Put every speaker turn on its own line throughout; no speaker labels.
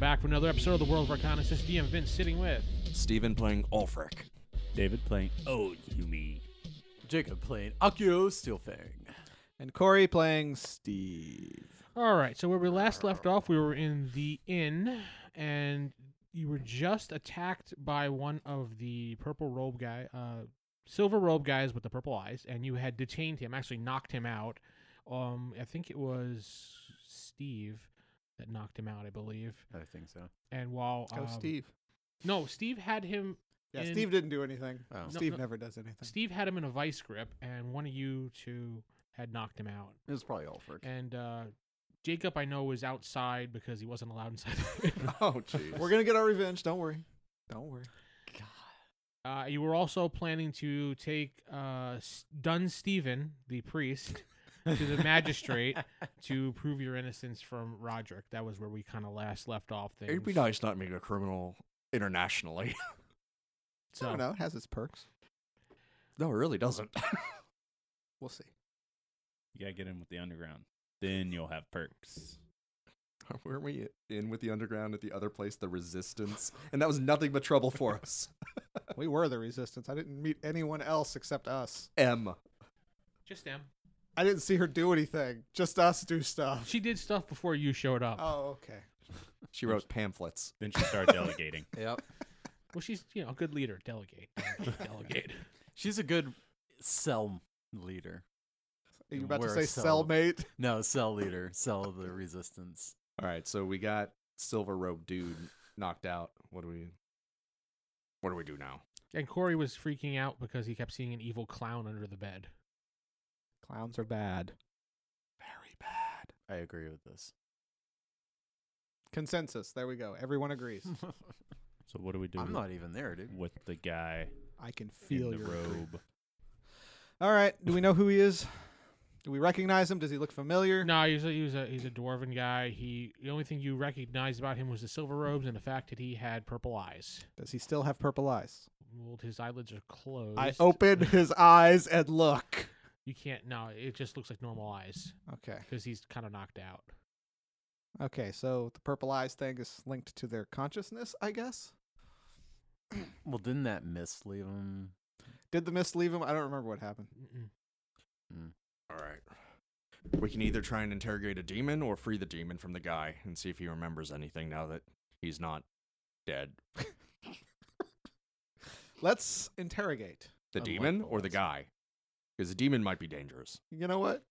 back for another episode of the World of Arcana. This DM Vince sitting with.
Steven playing Ulfric.
David playing Oh Yumi.
Jacob playing Akio Steelfang.
And Corey playing Steve.
All right, so where we last left off, we were in the inn, and you were just attacked by one of the purple robe guy, uh, silver robe guys with the purple eyes, and you had detained him, actually knocked him out. Um, I think it was Steve that knocked him out, I believe.
I think so.
And while
Go
um,
Oh, Steve.
no, Steve had him
Yeah,
in-
Steve didn't do anything.
Oh.
No,
Steve
no.
never does anything.
Steve had him in a vice grip, and one of you two had knocked him out.
It was probably Ulfric.
And uh, Jacob, I know, was outside because he wasn't allowed inside. the inn.
Oh, jeez. We're gonna get our revenge. Don't worry. Don't worry.
uh, you were also planning to take uh, S- Dun Stephen, the priest, to the magistrate to prove your innocence from Roderick. That was where we kind of last left off. Things.
It'd be nice not making a criminal
I
internationally.
So,
don't know. It has its perks.
no, it really doesn't.
We'll see.
You gotta get in with the underground. Then you'll have perks.
Weren't we in with the underground at the other place, the resistance? And that was nothing but trouble for us.
We were the resistance. I didn't meet anyone else except us.
M.
just them.
I didn't see her do anything. Just us do stuff.
She did stuff before you showed up.
Oh, okay.
She wrote pamphlets.
Then she started delegating.
Yep.
Well, she's you know a good leader. Delegate, delegate, delegate.
She's a good cell leader.
Are you about to
We're
say
a cell-
cellmate?
No, cell leader. Cell of the resistance.
All right, so we got silver robe dude knocked out. What do we? What do we do now?
And Corey was freaking out because he kept seeing an evil clown under the bed.
Clowns are bad.
Very bad.
I agree with this.
Consensus. There we go. Everyone agrees.
So what do we do
I'm not even there, dude.
with the guy
I can feel
in the
your agree-
robe?
All right. Do we know who he is? Do we recognize him? Does he look familiar?
No, he's a, he was a he's a dwarven guy. He the only thing you recognized about him was the silver robes and the fact that he had purple eyes.
Does he still have purple eyes?
Well, his eyelids are closed.
I open his eyes and look.
You can't. No, it just looks like normal eyes
Okay.
because he's kind of knocked out.
Okay, so the purple eyes thing is linked to their consciousness, I guess.
Well, didn't that miss leave him?
Did the mist leave him? I don't remember what happened.
Mm-mm.
All right. We can either try and interrogate a demon or free the demon from the guy and see if he remembers anything now that he's not dead.
Let's interrogate.
The
Unlike
demon
the
or the
last.
guy? Because the demon might be dangerous.
You know what?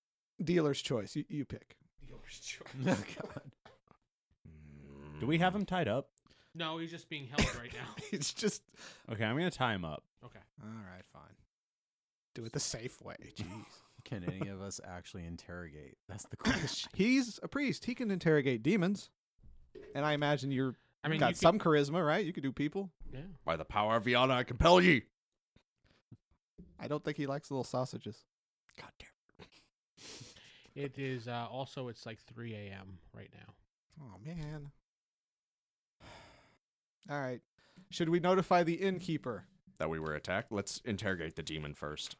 Dealer's choice. You, you pick.
Oh, God.
Do we have him tied up?
No, he's just being held right now.
it's just.
Okay, I'm gonna tie him up.
Okay.
All right, fine. Do it the safe way. Jeez.
Can any of us actually interrogate? That's the question.
He's a priest. He can interrogate demons. And I imagine you're
I mean,
got
you could-
some charisma, right? You could do people.
yeah.
By the power of Viana, I compel ye.
I don't think he likes little sausages.
God damn.
It is uh, also it's like 3 a.m. right now.
Oh man. All right. Should we notify the innkeeper?
That we were attacked. Let's interrogate the demon first.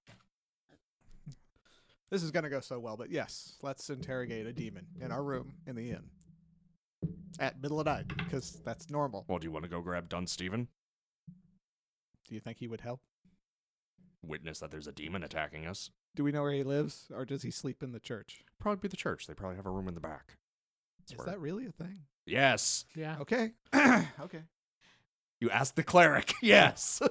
This is going to go so well, but yes, let's interrogate a demon in our room in the inn at middle of night because that's normal.
Well, do you want to go grab Dunn Steven?
Do you think he would help?
Witness that there's a demon attacking us.
Do we know where he lives or does he sleep in the church?
Probably be the church. They probably have a room in the back. That's
Is
where-
that really a thing?
Yes.
Yeah.
Okay. okay. I'm
You asked the cleric. Yes.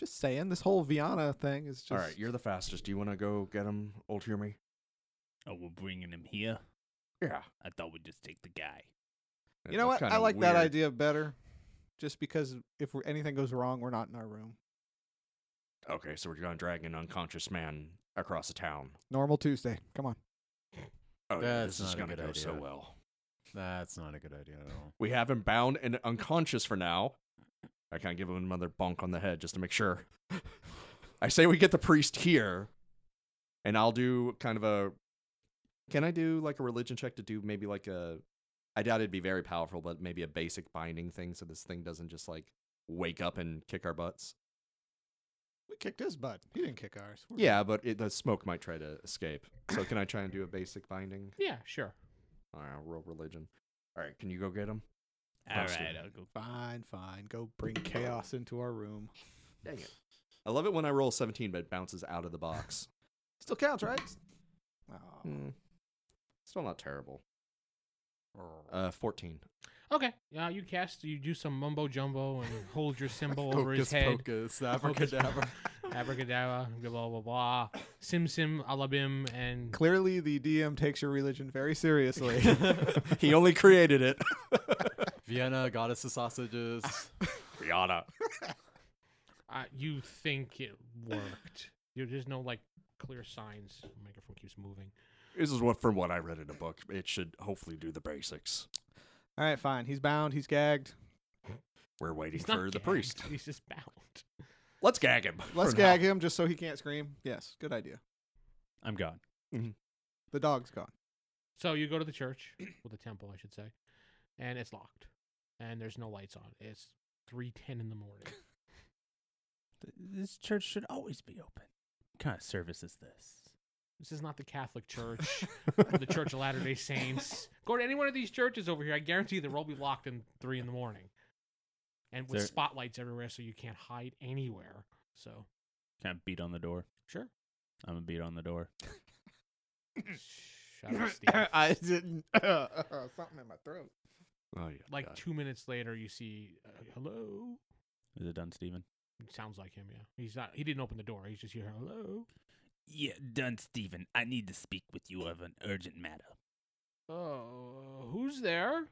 just saying this whole Viana thing is just
All right, you're the fastest. Do you want to go get him, old Hume?
Oh, we're bringing him here.
Yeah.
I thought we'd just take the guy.
You know what? I like that idea better just because if we're, anything goes wrong, we're not in our room.
Okay, so we're going to drag an unconscious man across the town.
Normal Tuesday. Come on.
Oh, yeah,
That's
this
not
is
a
going to
good
go so
idea.
well.
That's not a good idea at all.
We have him bound and unconscious for now. I can't give him another bonk on the head just to make sure. I say we get the priest here, and I'll do kind of a. Can I do like a religion check to do maybe like a. I doubt it'd be very powerful, but maybe a basic binding thing so this thing doesn't just like wake up and kick our butts.
We kicked his butt. He didn't kick ours. We're
Yeah, but it, the smoke might try to escape. So can I try and do a basic binding?
Yeah. Sure.
All right, roll religion. All right, can you go get him?
Oh,
All
Let's do
right,
it.
I'll go.
Fine, fine. Go bring chaos into our room.
Dang it. I love it when I roll 17, but it bounces out of the box.
Still counts, right? Oh,
Hmm. Still not terrible. Uh, 14.
Okay. Yeah, you cast. You do some mumbo jumbo and hold your symbol over
Hocus
his head.
pocus,
Hocus
abracadabra.
Abracadabra. Blah blah blah. blah. Sim sim alabim and
Clearly, the DM takes your religion very seriously.
he only created it.
Vienna, goddess of sausages.
Rihanna.
uh, you think it worked. You- There's no like clear signs. The microphone keeps moving.
This is what from what I read in a book. It should hopefully do the basics.
All right, fine. He's bound. He's gagged.
We're waiting
He's
for
not
the
gagged,
priest.
He's just bound.
Let's gag him.
Let's
for now.
gag him just so he can't scream. Yes, good idea.
I'm gone.
The dog's gone.
So you go to the church, or the temple, I should say, and it's locked, and there's no lights on. It's three ten in the morning.
Th- This church should always be open. What kind of service is this?
This is not the Catholic Church, or the Church of Latter Day Saints. Go to any one of these churches over here. I guarantee they're all be locked in three in the morning, and with
There-
spotlights everywhere, so you can't hide anywhere. So
Can I beat on the door?
sure.
I'm gonna beat on the door.
Shut up, Steve.
I didn't. something in my throat.
Oh, yeah.
Like
God.
two minutes later, you see, uh, hello.
Is it done, Steven?
It sounds like him. Yeah, he's not. He didn't open the door. He's just here. Hello.
Yeah, done, Steven. I need to speak with you of an urgent matter.
Oh, who's there?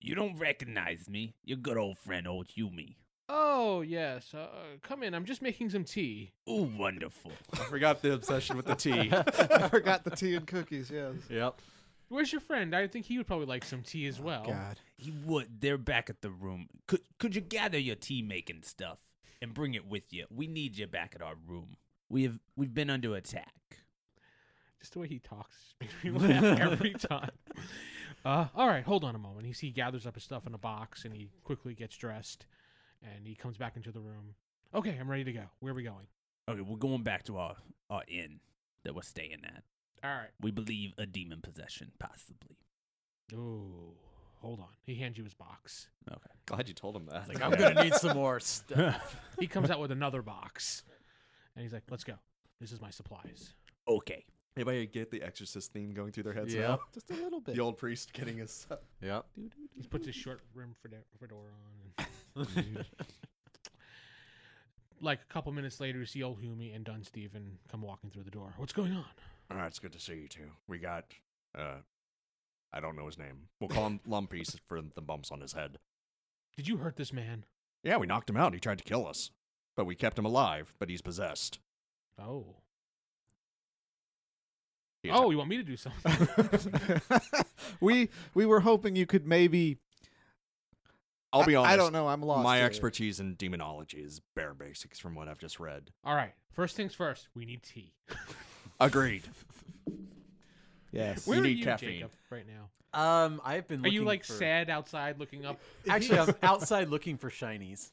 You don't recognize me. Your good old friend, old Yumi.
Oh yes. Uh, come in. I'm just making some tea.
Ooh, wonderful.
I forgot the obsession with the tea.
I forgot the tea and cookies. Yes.
Yep.
Where's your friend? I think he would probably like some tea as well.
God.
He would. They're back at the room. Could could you gather your tea making stuff and bring it with you? We need you back at our room. We have we've been under attack.
Just the way he talks makes me laugh every time. Uh, all right, hold on a moment. He, he gathers up his stuff in a box and he quickly gets dressed and he comes back into the room. Okay, I'm ready to go. Where are we going?
Okay, we're going back to our our inn that we're staying at.
All right.
We believe a demon possession, possibly.
Ooh, hold on. He hands you his box.
Okay.
Glad you told him that.
Like, I'm going to need some more stuff.
He comes out with another box and he's like, let's go. This is my supplies.
Okay.
Anybody get the Exorcist theme going through their heads
Yeah.
now?
Just a little bit.
The old priest getting his. uh,
Yep.
He puts his short rim fedora fedora on. And like a couple minutes later, you see old Hume and Dunn Steven come walking through the door. What's going on?
All right, it's good to see you two. We got, uh, I don't know his name. We'll call him Lumpy s- for the bumps on his head.
Did you hurt this man?
Yeah, we knocked him out. He tried to kill us, but we kept him alive. But he's possessed.
Oh.
He
Oh, you want me to do something?
we we were hoping you could maybe.
I'll be
I-
honest.
I don't know. I'm lost.
My
here.
expertise in demonology is bare basics from what I've just read.
All right. First things first, we need tea.
Agreed.
Yes.
Where are
need
you,
caffeine.
Jacob, right now?
Um, I've been.
Are you
looking
like
for...
sad outside looking up?
Actually, I'm outside looking for shinies.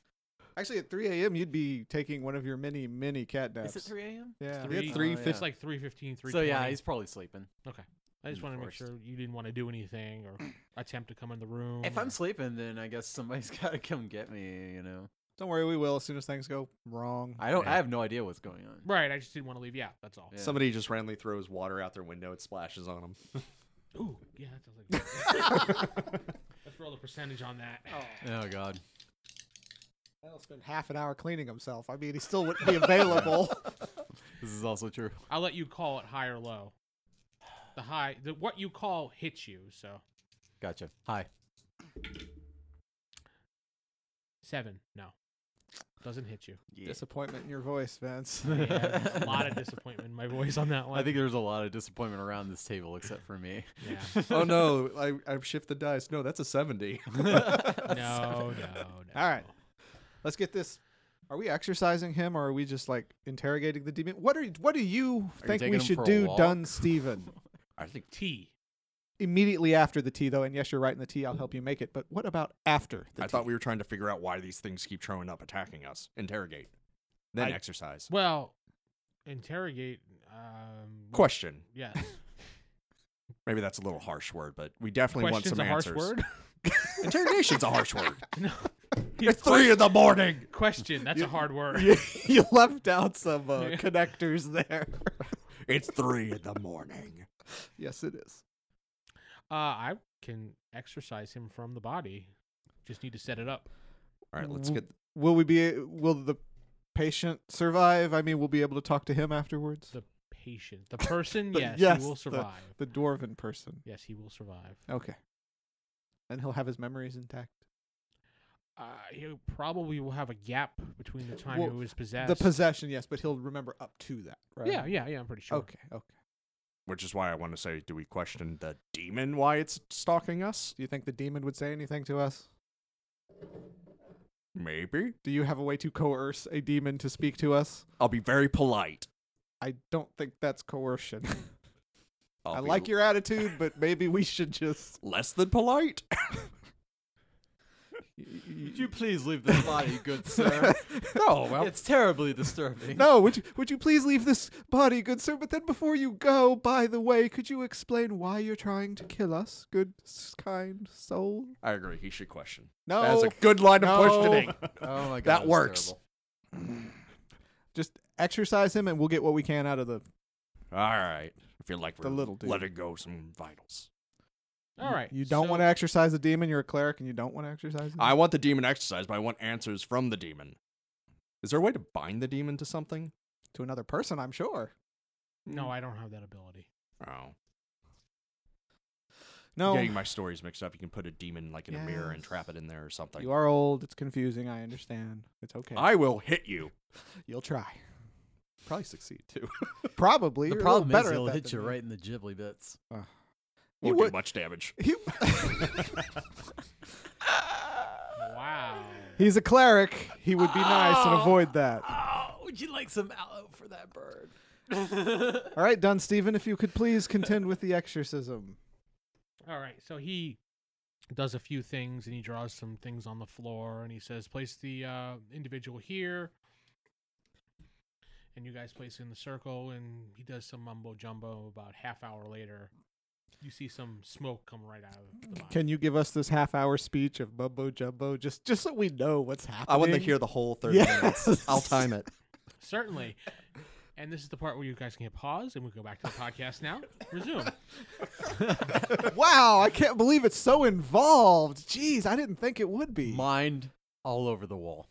Actually, at 3 a.m., you'd be taking one of your many, many cat naps.
Is it 3 a.m.?
Yeah.
Three-
It's
uh,
three
It's
fifty.
like 315, 320.
So yeah, he's probably sleeping.
I just wanted to make
Forced.
sure you didn't want to do anything or attempt to come in the room.
If I'm
or-
sleeping, then I guess somebody's got to come get me. You know,
Don't worry, we will as soon as things go wrong.
I don't.
Yeah.
I have no idea what's going on.
Right, I just didn't want to leave. Yeah, that's all.
Yeah.
Somebody just randomly throws water out their window. It splashes on him.
Ooh, yeah, that sounds like Let's roll a percentage on that.
Oh God.
That'll spend half an hour cleaning himself. I mean, he still wouldn't be available.
This is also true.
I'll let you call it high or low. The high, the what you call hits you. So
Gotcha. Hi.
seven, no, doesn't hit you.
Disappointment in your voice, Vince.
Yeah, there's a lot of disappointment in my voice on that one.
I think there's a lot of disappointment around this table, except for me.
Yeah.
oh no! I I've shifted dice. No, that's a seventy.
No, no, no.
All right. Let's get this. Are we exercising him, or are we just like interrogating the demon? What are What do you think
taking
we
him for
should
a
do,
walk?
Dun Steven?
I think
T.
Immediately after the tea, though, and yes, you're right in the tea. I'll help you make it. But what about after? The
I
tea?
thought we were trying to figure out why these things keep showing up, attacking us. Interrogate, then
I-
exercise.
Well, interrogate. Um,
Question:
Yes.
Maybe that's a little harsh word, but we definitely want
Question's
some
a harsh
answers.
word.
Interrogation's a harsh word.
no,
It's three in the morning.
question. That's a hard word.
You, you left out some uh,
Yeah.
connectors there.
It's three in the morning.
yes, it is.
Uh, I can exercise him from the body. Just need to set it up.
All right, let's get.
Will we be? Will the patient survive? I mean, we'll be able to talk to him afterwards.
The patient, the person,
The-
yes,
yes,
he will
the-
survive.
The dwarven person.
Yes, he will survive.
Okay. And he'll have his memories intact.
Uh, he probably will have a gap between the time
Well,
he was possessed.
The possession, yes, but he'll remember up to that, right?
Yeah, yeah, yeah. I'm pretty sure.
Okay. Okay.
Which is why I want to say, do we question the demon why it's stalking us?
Do you think the demon would say anything to us?
Maybe.
Do you have a way to coerce a demon to speak to us?
I'll be very polite.
I don't think that's coercion.
I'll
I
be
like your attitude, but maybe we should just.
less than polite.
Would you please leave this body, good sir?
Oh,
no, well,
it's terribly disturbing.
No, would you, would you please leave this body, good sir? But then before you go, by the way, could you explain why you're trying to kill us, good s- kind soul?
I agree. He should question.
No,
That's a good line of
no.
questioning.
Oh my god.
That
that's
works.
terrible.
just exercise him, and we'll get what we can out of the.
All right. I feel like
The
we're
little dude.
letting go some vitals.
All right.
You don't
so-
want to exercise a demon. You're a cleric, and you don't want to exercise. a
I
demon?
want the demon exercised, but I want answers from the demon. Is there a way to bind the demon to something?
to another person, I'm sure.
No, I don't have that ability.
Oh.
No,
Getting my stories mixed up. You can put a demon like in a mirror and trap it in there or something.
you are old. It's confusing. I understand. It's okay.
I will hit you.
You'll try.
Probably succeed too.
Probably.
The
You're a little
problem
better
is
at
he'll
that
hit you
than me.
right in the ghibli bits.
You
Won't do
would-
much damage.
Wow.
He's a cleric. He would be nice and avoid that.
Oh, would you like some aloe for that bird?
All right, Dunn Stephen, if you could please contend with the exorcism.
All right. So he does a few things and he draws some things on the floor and he says, place the uh, individual here. And you guys place in the circle and he does some mumbo jumbo about half hour later. You see some smoke come right out of the body.
Can you give us this half hour speech of mumbo jumbo just just so we know what's happening?
I want to hear the whole 30 minutes.
Yes.
I'll time it.
Certainly. And this is the part where you guys can hit pause and we go back to the podcast now. Resume.
Wow, I can't believe it's so involved. Jeez, I didn't think it would be.
Mind all over the wall.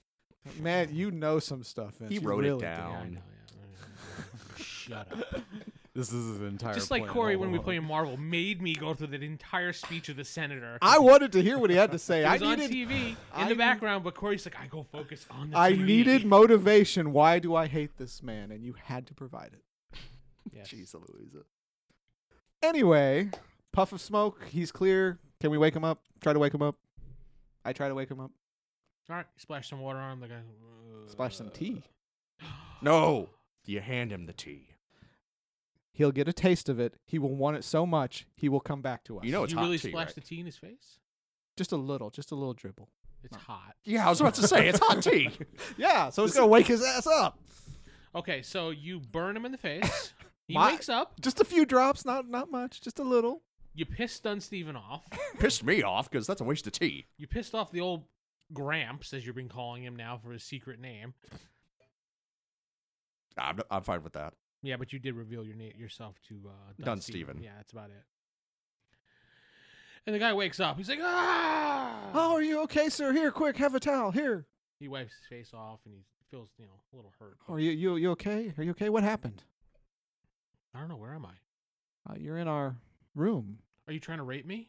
Man, you know some stuff. Vince.
He
You
wrote it
really do.
Yeah, I
down.
know, yeah. Shut up.
This is his entire.
Just like
plan
Corey
all
when we
along.
play Marvel made me go through the entire speech of the senator.
I wanted to hear what he had to say.
It
I
was on
needed
TV in
I
the
need-
background, but Corey's like, I go focus on the
I
TV."
needed motivation. Why do I hate this man? And you had to provide it.
Yes.
Jeez Louisa. Anyway, puff of smoke. He's clear. Can we wake him up? Try to wake him up. I try to wake him up.
All right, splash some water on him. The guy.
Splash some tea.
No. You hand him the tea.
He'll get a taste of it. He will want it so much he will come back to us.
You
Did
know Oh, it's
you
hot
really
tea,
splash
right?
the tea in his face?
just a little, just a little dribble.
It's hot.
Yeah, I was about to say it's hot tea.
Yeah, so it's gonna wake his ass up.
Okay, so you burn him in the face. He
My-
wakes up.
Just a few drops, not not much, just a little.
You pissed Dun Steven off.
Pissed me off because that's a waste of tea.
You pissed off the old Gramps, as you've been calling him now for his secret name.
I'm, I'm fine with that.
Yeah, but you did reveal your na- yourself to uh,
Dun Steven.
Yeah, that's about it. And the guy wakes up. He's like, ah!
Oh, are you okay, sir? Here, quick, have a towel. Here.
He wipes his face off and he feels, you know, a little hurt.
Are you you you okay? Are you okay? What happened?
I don't know. Where am I?
Uh, you're in our room.
Are you trying to rape me?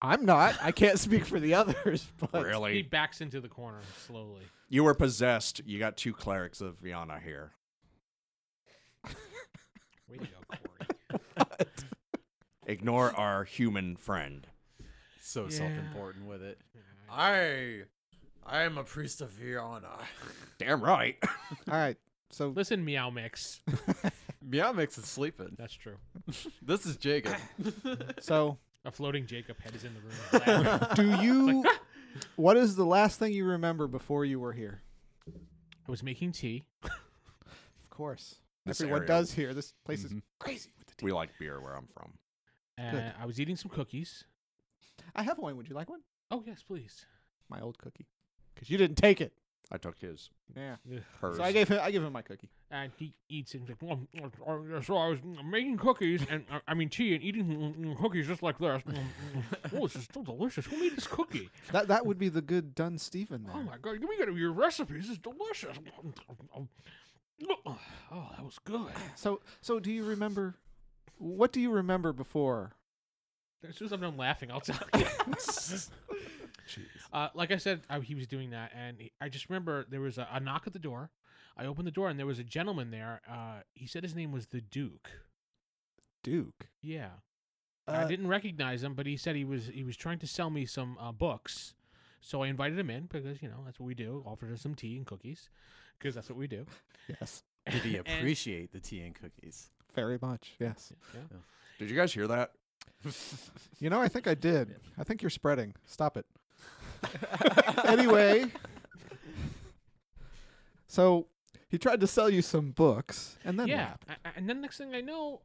I'm not. I can't speak for the others, but
He
Really?
backs into the corner slowly.
You were possessed. You got two clerics of Viana here.
Way to go, Corey.
Ignore our human friend.
So
Yeah.
self-important with it. I, I am a priest of Viana.
Damn right.
all right. So
Listen, Meow Mix.
Meow makes it sleeping.
That's true.
This is Jacob.
so
A floating Jacob head is in the room. laughing.
do you what is the last thing you remember before you were here
I was making tea.
of course
This
everyone
area.
does here this place is
Mhm.
crazy with the tea.
We like beer where I'm from.
Uh, I was eating some cookies.
I have one. Would you like one?
Oh yes, please.
My old cookie. Because you didn't take it.
I took his.
Yeah.
Ugh.
Hers.
So I gave him. I gave him my cookie.
And he eats and he's like, "Mm, mm, mm, so I was mm, making cookies and uh, I mean tea and eating mm, mm, cookies just like this. Mm, mm. oh, this is so delicious. Who made this cookie?
That that would be the good Dun Stephen there.
Oh my god, we gotta your recipe. This is delicious. Oh, that was good.
So so do you remember? What do you remember before?
As soon as I'm done laughing, I'll tell you. uh, like I said, I, he was doing that, and he, I just remember there was a, a knock at the door. I opened the door, and there was a gentleman there. Uh, he said his name was the Duke.
Duke.
Yeah, I
Uh,
didn't recognize him, but he said he was he was trying to sell me some uh, books. So I invited him in because you know that's what we do. Offered him some tea and cookies because that's what we do.
Yes.
Did he
And-
appreciate the tea and cookies?
Very much. Yes.
yeah.
Did you guys hear that?
You know, I think I did. I think you're spreading. Stop it. anyway, so he tried to sell you some books, and then
yeah.
what?
I- I- and then next thing I know,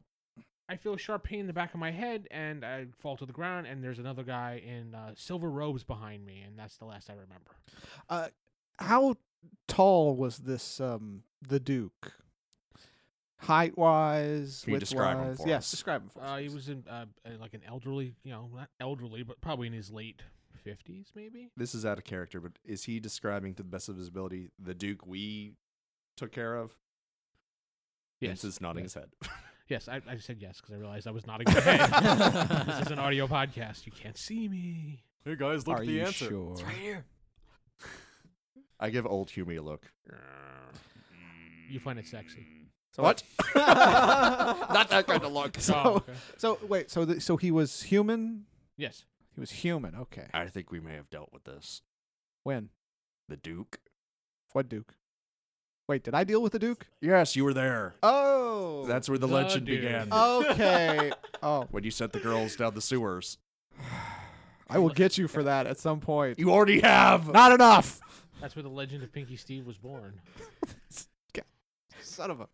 I feel a sharp pain in the back of my head, and I fall to the ground. And there's another guy in uh, silver robes behind me, and that's the last I remember.
Uh, how tall was this? Um, the Duke. Height wise,
Can you
width
describe him
wise?
for
yes,
us?
describe him for us.
Uh, he
please.
was in uh, uh, like an elderly, you know, not elderly, but probably in his late fifties, maybe.
This is out of character, but is he describing to the best of his ability the Duke we took care of? Vince is nodding his head.
Yes, I, I said yes because I realized I was nodding my head. this is an audio podcast; you can't see me.
Hey guys, look
Are
at the
you
answer.
sure?
It's right here.
I give old Hume a look.
You find it sexy.
what? Not that kind of look.
So,
Oh, okay.
so wait, so the, so he was human.
Yes,
He was human. Okay.
I think we may have dealt with this.
When?
The Duke?
What Duke? Wait, did I deal with the Duke?
Yes, you were there.
Oh,
That's where the,
The
legend
Duke.
began.
okay. oh,
when you sent the girls down the sewers.
I will get you for that at some point.
You already have!
Not enough.
that's where the legend of Pinky Steve was born.
Son of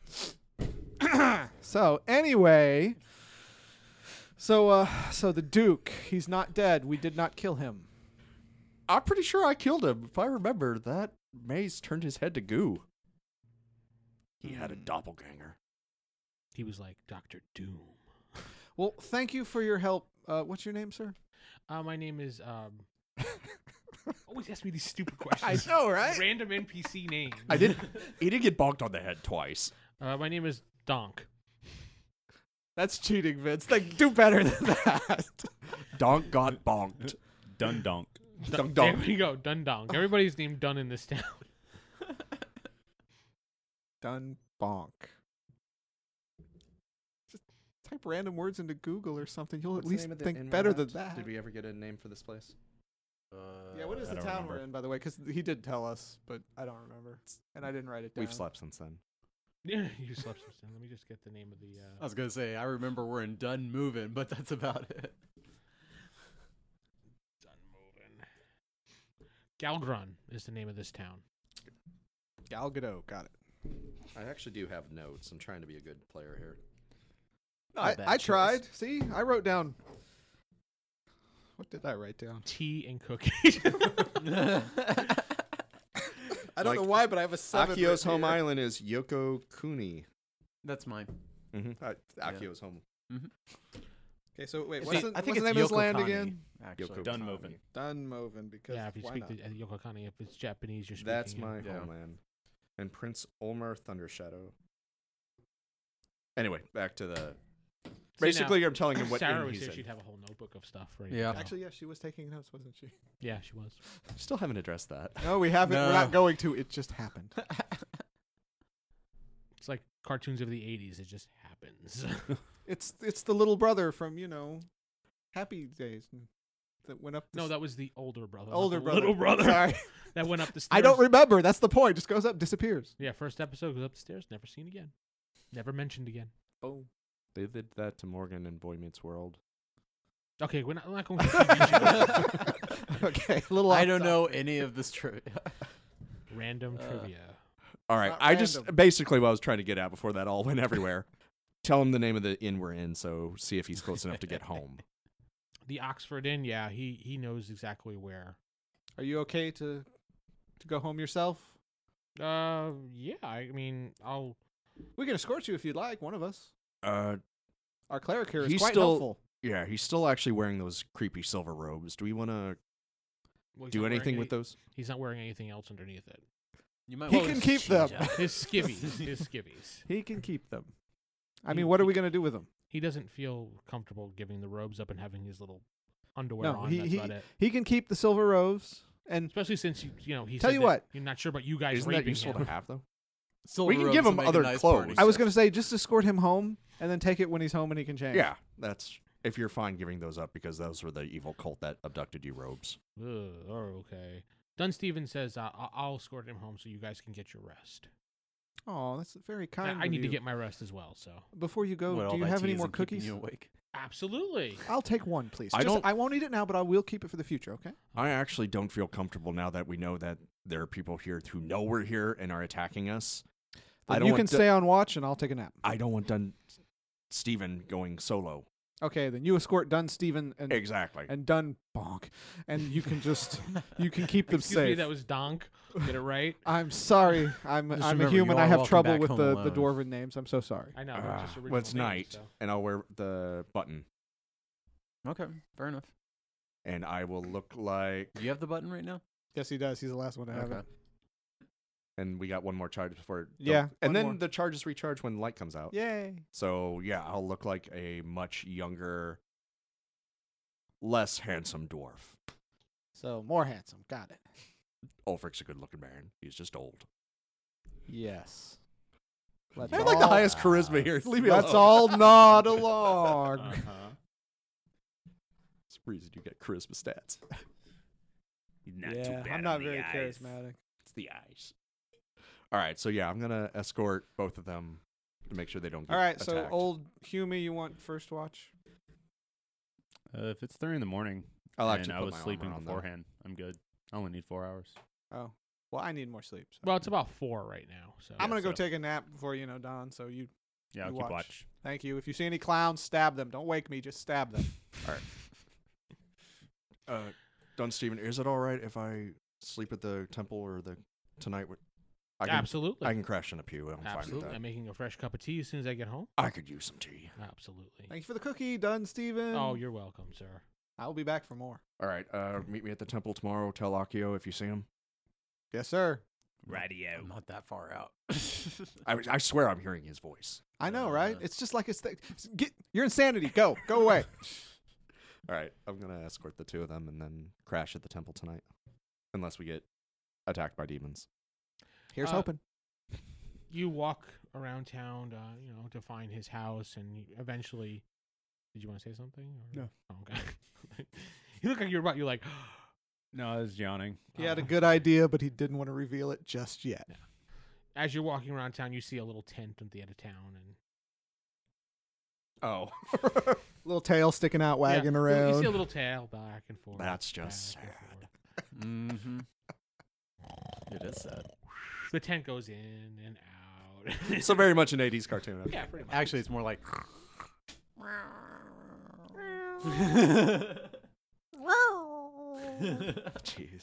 a. so anyway, so uh, so the Duke, he's not dead. We did not kill him.
I'm pretty sure I killed him. If I remember, that maze turned his head to goo. He had a doppelganger.
He was like Doctor Doom.
Well, thank you for your help. Uh, what's your name, sir?
Uh, my name is. Um, always ask me these stupid questions.
know, right?
Random NPC names.
I did. he did get bonked on the head twice.
Uh, my name is Donk.
That's cheating, Vince. Like, do better than that.
Donk got bonked.
Dun donk.
Dunk
There
donk.
we go, Dun Donk. Everybody's named Dun in this town.
Dun bonk. Just type random words into Google or something. You'll at least think better than that.
we ever get a name for this place?
Uh,
Yeah, what is
I
the
don't
town
remember.
we're in, by the way? Because he did tell us, but I don't remember, and I didn't write it down.
We've slept since then.
Yeah, you slept since then. Let me just get the name of the.
I
Oh.
Uh,
was gonna say I remember we're in Dun moving, but that's about it.
Galgrun is the name of this town.
Gal Gadot, got it.
I actually do have notes. I'm trying to be a good player here.
Not a
I,
bad
I
choice.
tried. See, I wrote down. What did I write down?
Tea and cookies.
I don't
Like,
know why, but I have a seven.
Akio's
written
home
here.
island is Yoko Kuni.
That's mine.
Mm-hmm.
Yeah.
Akio's home.
Okay, so wait,
It's
what's,
not-
the,
I think
what's the
it's
name of this
Yoko
land
Kani.
again?
Actually,
Yoko
Dun
Kani.
moving.
Dunmoven, because
yeah, if you
why
speak
not?
the, uh, Yokokani, if it's Japanese, you're speaking.
That's
in-
my
Yeah.
homeland. And Prince Ulmer Thundershadow. Anyway, back to the.
See,
Basically, I'm telling
now,
him what
Sarah
inn
was
he's
here.
in.
She'd have a whole notebook of stuff. Right
Yeah.
Actually, yeah, she was taking notes, wasn't she?
yeah, she was.
Still haven't addressed that.
No, we haven't. We're not
No.
going to. It just happened.
It's like cartoons of the '80s. It just happens.
It's it's the little brother from you know, Happy Days that went up. The
no,
s-
that was the older brother. not
older
the
brother.
Little brother.
Sorry,
That went up the stairs.
I don't remember. That's the point. Just goes up, disappears.
yeah, first episode goes up the stairs, never seen again, never mentioned again.
Boom.
They did that to Morgan in Boy Meets World.
Okay, we're not, we're not going. To TV shows.
okay, a little.
I
off
don't
topic.
know any of this trivia.
Random
Uh,
trivia.
All right,
not
I just
random.
basically what I was trying to get at before that all went everywhere Tell him the name of the inn we're in, so see if he's close enough to get home.
The Oxford Inn, yeah, he he knows exactly where.
Are you okay to to go home yourself?
Uh, yeah, I mean, I'll.
We can escort you if you'd like. One of us.
Uh,
Our cleric here is
He's
quite
still-
helpful.
yeah, he's still actually wearing those creepy silver robes. Do we want to
well, he's
do
not wearing
anything
any-
with those?
He's not wearing anything else underneath it.
You might
He
wanna
can keep them.
His skivvies, his skivvies.
He can keep them. I
He-
mean, what are
he-
we gonna do with them?
He doesn't feel comfortable giving the robes up and having his little underwear
No,
on.
he-
That's
he-
about it.
He can keep the silver robes, and
Especially since you, you know he.
Tell
said
you
that
what.
you're not sure about you guys
Isn't that
raping
useful
him.
to have though?
Silver
We can
robes
give
will
him
make a
other
nice
clothes.
party
I was
set.
gonna say just escort him home, and then take it when he's home and he can change.
Yeah, that's if you're fine giving those up because those were the evil cult that abducted you robes.
Ugh, oh, okay. Dunn Stevens says, uh, I- I'll escort him home so you guys can get your rest.
Oh, that's very
I-
kind.
I
of
need to
you.
get my rest as well, so.
Before you go,
What, all
do you
that
have any
tea
more
isn't keeping
cookies?
You awake.
Absolutely.
I'll take one, please.
I
Just-
don't-
I won't eat it now, but I will keep it for the future. Okay.
I actually don't feel comfortable now that we know that there are people here who know we're here and are attacking us. I
Then
don't
you
want
can
to-
stay on watch, and I'll take a nap.
I don't want Dun Steven going solo.
Okay, then you escort Dunn, Steven, and
Exactly.
and Dunn bonk, and you can just you can keep them
Excuse
safe.
me, that was Donk. Get it right?
I'm sorry. I'm
Just
I'm
remember,
a
you
human. I
are
have
welcome
trouble
back
with
home
the, the
alone.
dwarven names. I'm so sorry.
I know.
Ah,
it's just
well,
original
it's
names,
night,
so.
and I'll wear the button,
Okay, fair enough.
and I will look like.
Do you have the button right now?
Yes, he does. He's the last one to have
Okay.
it.
And we got one more charge before. the-
Yeah, one
and then
more.
the charges recharge when the light comes out.
Yay!
So yeah, I'll look like a much younger, less handsome dwarf.
So more handsome. Got it.
Ulfric's a good-looking man. He's just old.
Yes.
I have like the
all-
highest charisma here. Leave me
Let's
alone.
all nod along.
It's the reason you get charisma stats.
He's not
yeah,
too bad.
I'm not
on the
very
eyes.
charismatic.
It's the eyes. All right, so yeah, I'm gonna escort both of them to make sure they don't. Get
All right, so
attacked.
old Hume, you want first watch?
Uh, if it's three in the morning
I'll
and
actually
I
put
was
my armor
sleeping
on, though.
beforehand, I'm good. I only need four hours.
Oh, well, I need more sleep. so-
Well, it's about four right now, so.
I'm gonna go
so-
take a nap before you know dawn. So you,
Yeah, I'll
You
keep
watch.
watch.
thank you. If you see any clowns, stab them. Don't wake me. Just stab them.
Uh, Dun Steven, is it all right if I sleep at the temple or the tonight? with- I can,
Absolutely.
I can crash in a pew. I'm
Absolutely.
fine
I'm
with
making a fresh cup of tea as soon as I get home.
that. I could use some tea.
Absolutely.
Thank you for the cookie, Dunn Steven.
Oh, you're welcome, sir.
I'll be back for more.
All right, uh, meet me at the temple tomorrow. Tell Akio if you see him.
Yes, sir.
Radio.
I'm not that far out.
I, I swear I'm hearing his voice.
I know, right?
Uh.
It's just like it's th- get your insanity. Go, go away.
All right, I'm gonna escort the two of them and then crash at the temple tonight, unless we get attacked by demons.
Here's
Uh,
hoping.
You walk around town, uh, you know, to find his house, and you eventually. Did you want to say something? Or?
No.
Oh, okay. you look like you're about. You're like.
No, I was yawning.
He had a
"Ah."
good idea, but he didn't want to reveal it just yet.
As you're walking around town, you see a little tent at the end of town, and
Oh,
Little tail sticking out,
Yeah,
wagging
you-
around.
You see a little tail back and forth.
That's just
back and
sad.
forth.
mm-hmm. It is sad.
The tent goes in and out.
so very much an '80s cartoon.
yeah, pretty much.
Actually, it's more like.
Jeez.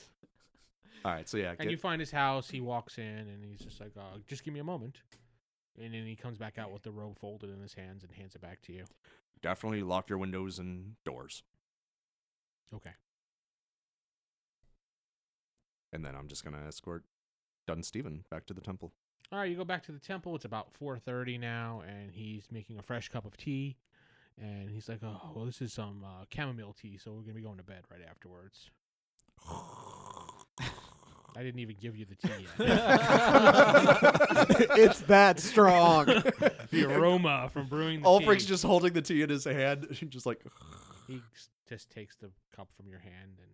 All right, so yeah,
And
get,
you find his house. He walks in and he's just like, uh, "Just give me a moment." And then he comes back out with the robe folded in his hands and hands it back to you.
definitely lock your windows and doors,
Okay.
and then I'm just gonna escort Dun Steven back to the temple.
All right, you go back to the temple. It's about four thirty now, and he's making a fresh cup of tea. And he's like, "Oh, well, this is some uh, chamomile tea, so we're gonna be going to bed right afterwards." I didn't even give you the tea yet.
it's that strong.
the aroma from brewing the
Ulfric's
tea.
just holding the tea in his hand, just like
he s- just takes the cup from your hand and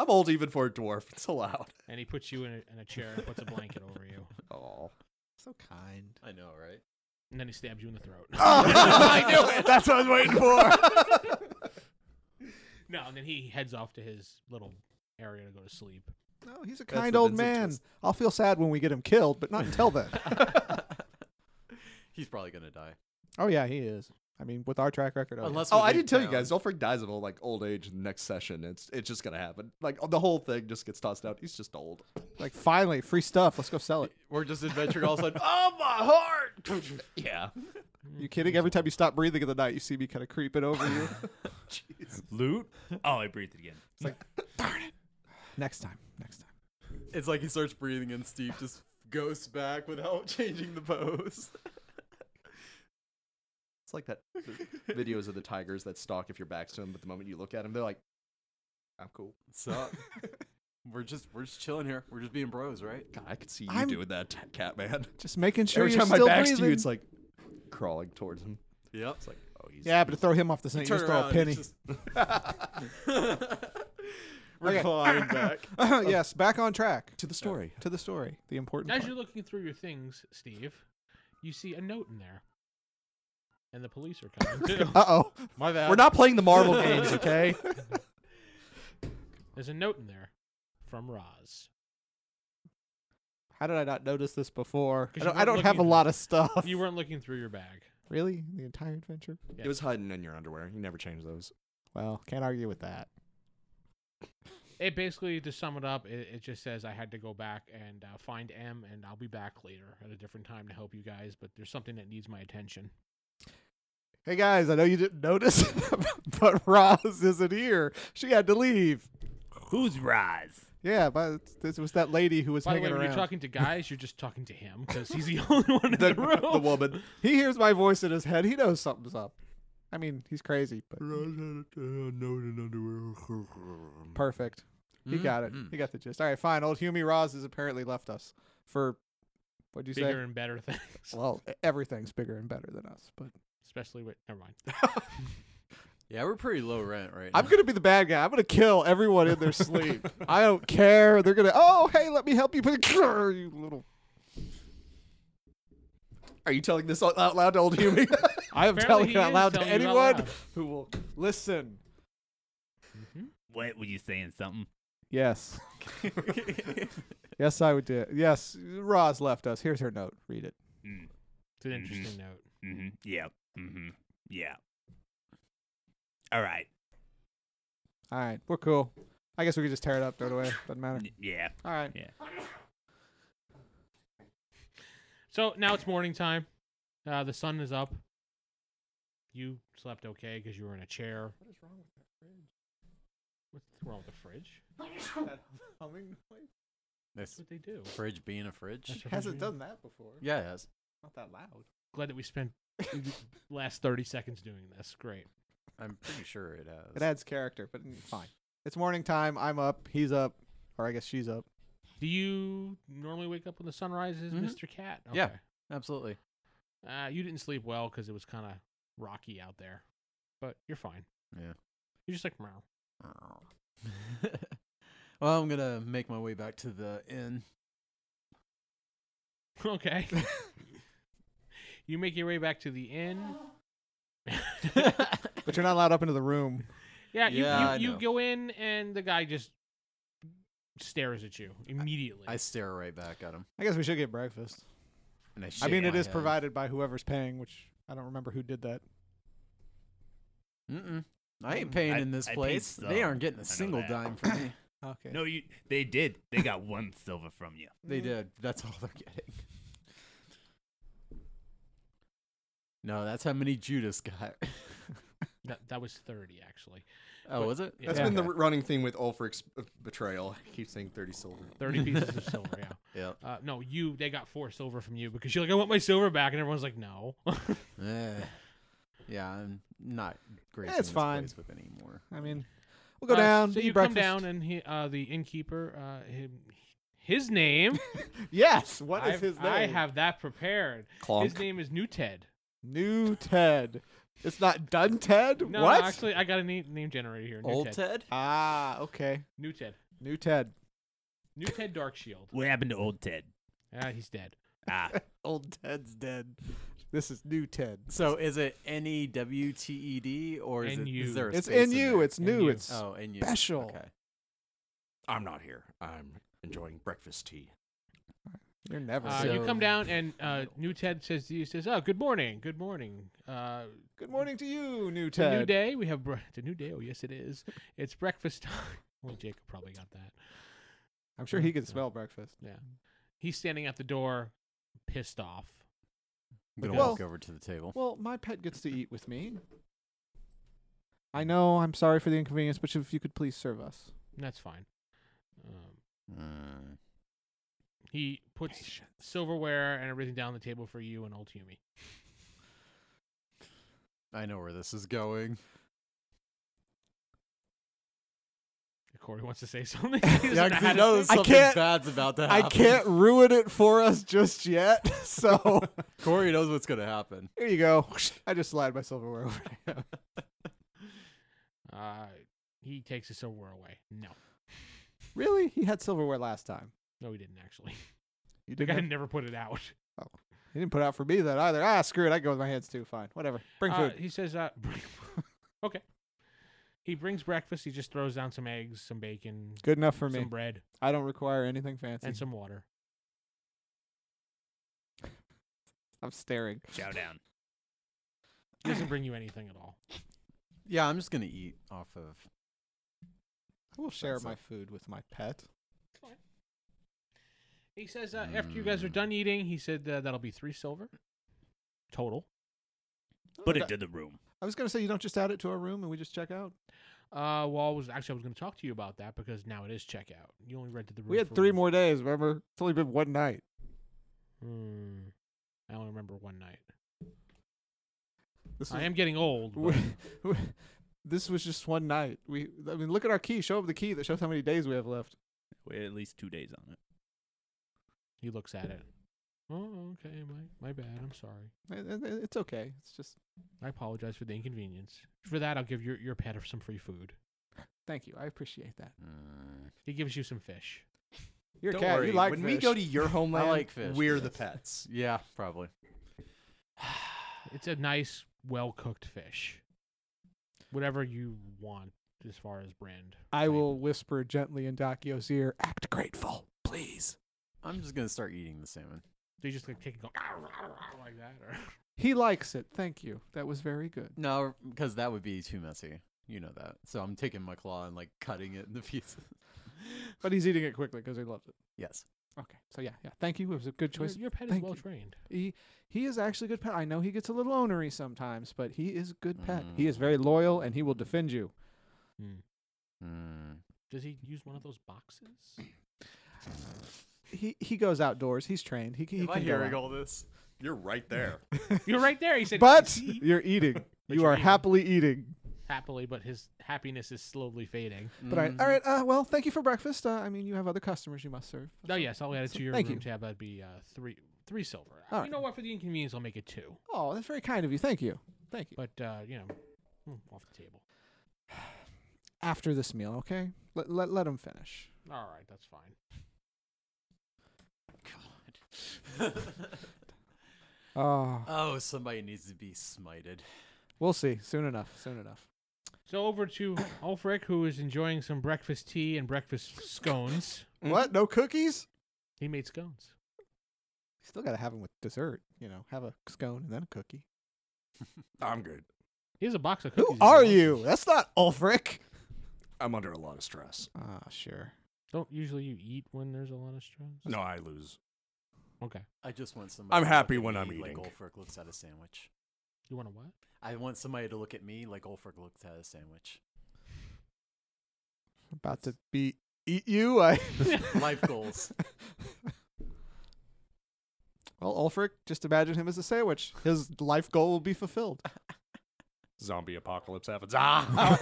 I'm old even for a dwarf. It's allowed.
and he puts you in a, in a chair and puts a blanket over you,
Oh,
so kind.
I know, right?
and then he stabs you in the throat.
Ah! I knew it. That's what I was waiting for.
no, and then he heads off to his little area to go to sleep.
No, he's a
That's
kind
the
old
Vincent
man.
twist.
I'll feel sad when we get him killed, but not until then.
He's probably gonna die.
Oh yeah, he is. I mean, with our track record, oh, yeah.
Unless
Oh,
we
I
leave
didn't tell you
town.
guys. Ulfric dies of like old age in the next session. It's it's just gonna happen. Like the whole thing just gets tossed out. He's just old.
like finally free stuff. Let's go sell it.
We're just adventuring all of a sudden.
Oh my heart. yeah.
You kidding? Every time you stop breathing in the night, you see me kind of creeping over you.
Loot? Oh, I breathed it again.
next time, next time.
It's like he starts breathing and Steve just goes back without changing the pose.
It's like that the videos of the tigers that stalk if you're back to them, but the moment you look at them, they're like, "I'm cool."
So we're just we're just chilling here. We're just being bros, right?
God, I could see you
I'm-
doing that, t- cat man.
Just making sure
Every
you're
time my
still
back's
breathing.
to you, it's like crawling towards him.
Yep.
It's like, oh, he's
yeah, but to throw him off the scent, you just throw a penny.
we're
Okay.
flying back.
yes, back on track
to the story.
to the story. The important.
As
part.
you're looking through your things, Steve, you see a note in there. And the police are coming too.
Uh oh.
My bad.
Ah! We're not playing the Marvel games, okay?
There's a note in there from Roz.
How did I not notice this before?
'Cause you
I don't, I
weren't
don't have a
looking.
lot of stuff.
You weren't looking through your bag.
really the entire adventure?
Yeah.
It was hiding in your underwear. You never change those.
Well, can't argue with that.
It basically, to sum it up, it, it just says I had to go back and uh, find M, and I'll be back later at a different time to help you guys. But there's something that needs my attention.
Hey guys, I know you didn't notice, but Roz isn't here. She had to leave.
Who's Roz?
Yeah, but this was that lady who was
By the
hanging
way, when
around.
you're talking to guys, you're just talking to him because he's the only one in the, room.
the woman.
he hears my voice in his head. He knows something's up. I mean, he's crazy, but perfect. He got it.
Mm-hmm.
He got the gist. All right, fine. Old Hume Roz has apparently left us for what'd you
Bigger and better things,
say? Well, e-, everything's bigger and better than us, but
especially with. Never mind.
Yeah, we're pretty low rent right now.
I'm gonna be the bad guy. I'm gonna kill everyone in their sleep. I don't care. They're gonna. Oh, hey, let me help you. You little.
Are you telling this out out loud to old Hume?
I am
Apparently
telling
he
it out
is
loud to
telling you out
anyone
loud.
who will listen.
Mm-hmm.
What were you saying? Something?
Yes. yes, I would do. it. Yes, Roz left us. Here's her note. Read it.
Mm,
It's an
Mhm.
interesting note.
mm-hmm. Yeah. Mm-hmm. Yeah. All right.
All right, we're cool. I guess we could just tear it up, throw it away. Doesn't matter.
N- Yeah.
All right.
So now it's morning time. Uh, the sun is up. You slept okay because you were in a chair. What is wrong with that fridge? What's
This
wrong with the fridge? That's what they do.
fridge being a fridge.
That's what
Hasn't
they do.
done that before.
Yeah, it is.
Not that loud.
Glad that we spent last 30 seconds doing this. Great.
I'm pretty sure it has.
It adds character, but mm, fine. It's morning time. I'm up. He's up, or I guess she's up.
Do you normally wake up when the sun rises,
Mhm.
Mr. Cat?
Yeah. Absolutely.
Uh, you didn't sleep well because it was kind of rocky out there, but you're fine.
Yeah.
You're just like, meow.
well, I'm gonna make my way back to the inn.
okay. you make your way back to the inn.
But you're not allowed up into the room.
Yeah, you,
Yeah, I
you, you
know.
go in and the guy just stares at you immediately.
I stare right back at him.
I guess we should get breakfast.
And I,
I
shake
mean, it
my
is
head.
provided by whoever's paying, which I don't remember who did that.
Mm-mm. I ain't paying
I-
in this
I paid
place. They
some.
aren't getting a single
that.
dime from me.
Okay.
No, you. They did. They got one silver from you.
they did. That's all they're getting. No, that's how many Judas got.
that, that was 30, actually.
Oh, was it?
Yeah.
That's
Yeah.
been the r- running theme with Ulfric's uh, betrayal. I keep saying 30 silver.
30 pieces of silver, yeah.
Yeah.
Uh, no, you, they got four silver from you because you're like, I want my silver back. And everyone's like, no.
Eh. Yeah, I'm not great.
it's fine.
Place with anymore.
I mean, we'll go
Uh,
down.
So
eat
you
breakfast.
come down, and he, uh, the innkeeper, uh, him, his name.
Yes. What is
I've-
his name?
I have that prepared. His
Clonk.
name is New Ted.
new Ted. It's not done Ted.
No,
what?
actually, I got a name, name generator here. New
Old
Ted.
Ted?
Ah, okay.
New Ted.
New Ted.
New Ted Darkshield.
What happened to old Ted?
Ah, he's dead.
Ah,
Old Ted's dead. This is new Ted.
So is it N E W T E D or is it
NU.
is there a
It's
space
in you.
there?
It's new.
NU.
It's
oh N U
special.
Okay.
I'm not here. I'm enjoying breakfast tea.
You're never.
Uh, you
Oh, so-
come down and uh, New Ted says to you, says, "Oh, good morning, good morning. Uh,
Good morning to you, new
it's a
Ted.
new day. We have bre- it's a new day. Oh, yes, it is. It's breakfast time. Well, Jacob probably got that.
I'm sure he can
Yeah.
smell breakfast.
He's standing at the door, pissed off.
I'm gonna
Well-
walk over to the table.
Well, my pet gets to eat with me. I know. I'm sorry for the inconvenience, but if you could please serve us.
That's fine. Um,
Mm.
he puts silverware and everything down the table for you and old Hume.
I know where this is going.
Corey wants to say something.
Yeah, because he knows
I
something
can't-
bad's about to
I
happen.
can't ruin it for us just yet. So
Corey knows what's gonna happen.
here you go. I just slide my silverware over.
Uh, he takes his silverware away. No,
Really? He had silverware last time.
no, he didn't actually.
You
The
didn't.
guy
have-
never put it out.
he didn't put out for me that either. Ah, screw it. I can go with my hands too. Fine. Whatever. Bring
Uh,
food.
he says, uh, bring- okay. He brings breakfast. He just throws down some eggs, some bacon,
Good enough for
some
me.
bread,
I don't require anything fancy.
and some water.
I'm staring.
Chow down.
He doesn't bring you anything at all.
Yeah, I'm just gonna eat off of.
I will share
That's
my
it.
food with my pet.
He says, uh, after you
Mm.
guys are done eating, he said uh, that'll be three silver total.
Put it
Okay.
to the room.
I was gonna say you don't just add it to our room and we just check out.
Uh, well, I was actually I was going to talk to you about that because now it is checkout. You only rented the room.
We had
for
three
one-
more days. Remember, it's only been one night.
Hmm. I only remember one night.
This
I
was-
am getting old.
we-
but-
we- this was just one night. We, I mean, look at our key. Show him the key that shows how many days we have left.
We had at least two days on it.
he looks at it. Oh, okay. My my bad. I'm sorry.
It- it- it- It's okay. It's just
I apologize for the inconvenience. For that, I'll give your your pet some free food.
thank you. I appreciate that.
mm,
He gives you some fish.
Your
Don't
cat,
worry.
you like
when we
fish.
go to your homeland,
like fish,
we're
yes.
the pets.
Yeah, probably.
It's a nice, well cooked fish. Whatever you want as far as brand.
I
type.
will whisper gently in Dakio's ear. Act grateful, please.
I'm just gonna start eating the salmon.
They just like take and go like that. Or
He likes it. Thank you. That was very good.
No, because that would be too messy. You know that. So I'm taking my claw and like cutting it into pieces.
But he's eating it quickly because he loves it.
yes.
Okay. So yeah, yeah. Thank you. It was a good
your,
choice.
your pet is
Thank
well
you.
trained.
He he is actually a good pet. I know he gets a little onery sometimes, but he is a good pet. He is very loyal and he will defend you.
Mm.
Does he use one of those boxes?
He he goes outdoors. He's trained. He, he
Am
can
I
go
hearing
out.
all this?
You're right there.
You're right there. He said,
But
"See?"
you're eating. you
you're
are
eating.
happily eating.
happily, but his happiness is slowly fading.
But I, all right. Uh, well, thank you for breakfast. Uh, I mean, you have other customers you must serve.
Oh yes, I'll add it to your
Thank
room
you.
tab. That'd be uh, three three silver.
All
you
right.
know what? For the inconvenience, I'll make it two.
Oh, that's very kind of you. Thank you. Thank you.
But uh, you know, hmm, off the table.
After this meal, okay? Let let, let him finish.
All right, that's fine.
Oh,
Mm. oh, somebody needs to be smited.
we'll see. Soon enough. Soon enough.
So over to Ulfric, who is enjoying some breakfast tea and breakfast scones.
What? No cookies?
He made scones.
Still gotta have them with dessert. You know, have a scone and then a cookie.
I'm good.
He has a box of cookies.
Who
if
are
want them.
you? That's not Ulfric.
I'm under a lot of stress.
Ah, sure.
Don't usually you eat when there's a lot of stress.
No, I lose.
Okay.
I just want somebody.
I'm
to
happy
look at
when I'm
me
eating.
Like Ulfric looks at a sandwich.
You want a what?
I want somebody to look at me like Ulfric looks at a sandwich.
About to be eat you. I
Life goals.
Well, Ulfric, just imagine him as a sandwich. His life goal will be fulfilled.
Zombie apocalypse happens. Ah.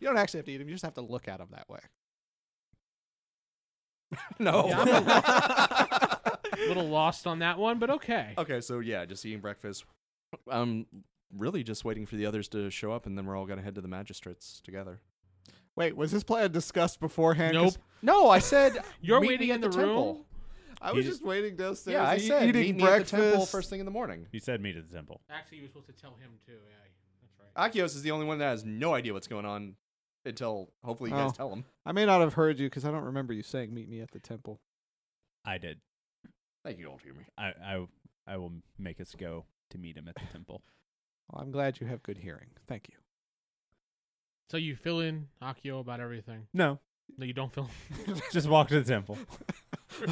You don't actually have to eat him. You just have to look at him that way.
no.
Yeah, I'm A little lost on that one, but okay.
okay, so yeah, just eating breakfast. I'm really just waiting for the others to show up, and then we're all gonna head to the magistrates together.
Wait, was his plan discussed beforehand?
Nope.
'Cause- No, I said
You're
meet
waiting
me
in
at
the,
the,
room.
temple. I
He
was
ju-
just waiting downstairs.
yeah, I
e-
said
eating
meet me at the
breakfast.
temple first thing in the morning.
He said meet at the temple.
Actually, you were supposed to tell him too. Yeah, that's right.
Akios is the only one that has no idea what's going on until hopefully you guys
Oh.
tell him.
I may not have heard you because I don't remember you saying "meet me at the temple."
I did.
Thank you, old humor.
I, I, I will make us go to meet him at the temple.
Well, I'm glad you have good hearing. Thank you.
So you fill in Akio about everything.
No,
No, you don't fill.
just walk to the temple.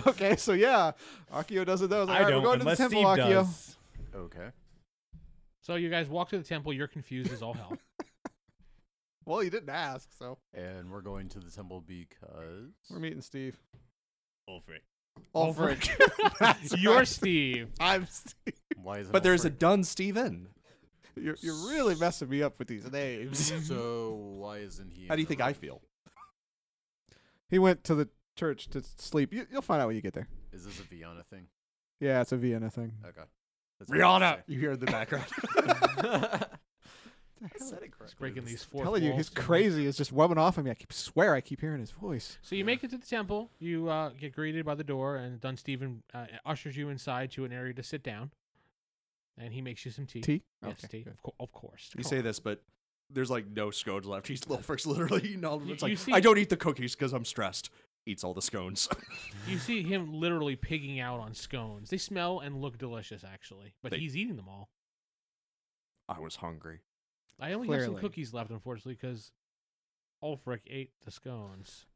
okay, so yeah, Akio doesn't know. I, was like,
I
"All right,
don't,
we're going to the
unless
temple,
Steve
Akio.
does.
Okay.
So you guys walk to the temple. You're confused as all hell.
Well, you didn't ask, so
And we're going to the temple because
we're meeting Steve.
Ulfric.
Ulfric. That's
You're
right.
Steve.
I'm Steve.
why is it
But there's a
Ulfric?
done Steven.
You're, you're really messing me up with these names.
so why isn't he?
How
in
do you
the
think I
room?
feel?
he went to the church to sleep. You, you'll find out when you get there.
Is this a Viana thing?
Yeah, it's a Vienna thing.
Okay. That's what I was
Rihanna, you hear in the background.
What the hell?
He's breaking these
I'm
fourth
telling you,
walls
he's
so much.
crazy. It's just rubbing off on me. I keep swear I keep hearing his voice.
So you make it to the temple. You uh, get greeted by the door, and Dun Stephen uh, ushers you inside to an area to sit down, and he makes you some tea.
T.
Yes,
Okay,
tea.
good.
Of, co- of course.
you
Come
say
on.
this, but there's like no scones left. He's Lilfric's literally eating all of them.
You-
It's
you
like
see-
I don't eat the cookies because I'm stressed. Eats all the scones.
You see him literally pigging out on scones. They smell and look delicious, actually, but
They-
he's eating them all.
I was hungry.
I only have some
Clearly.
cookies left, unfortunately, because Ulfric ate the scones.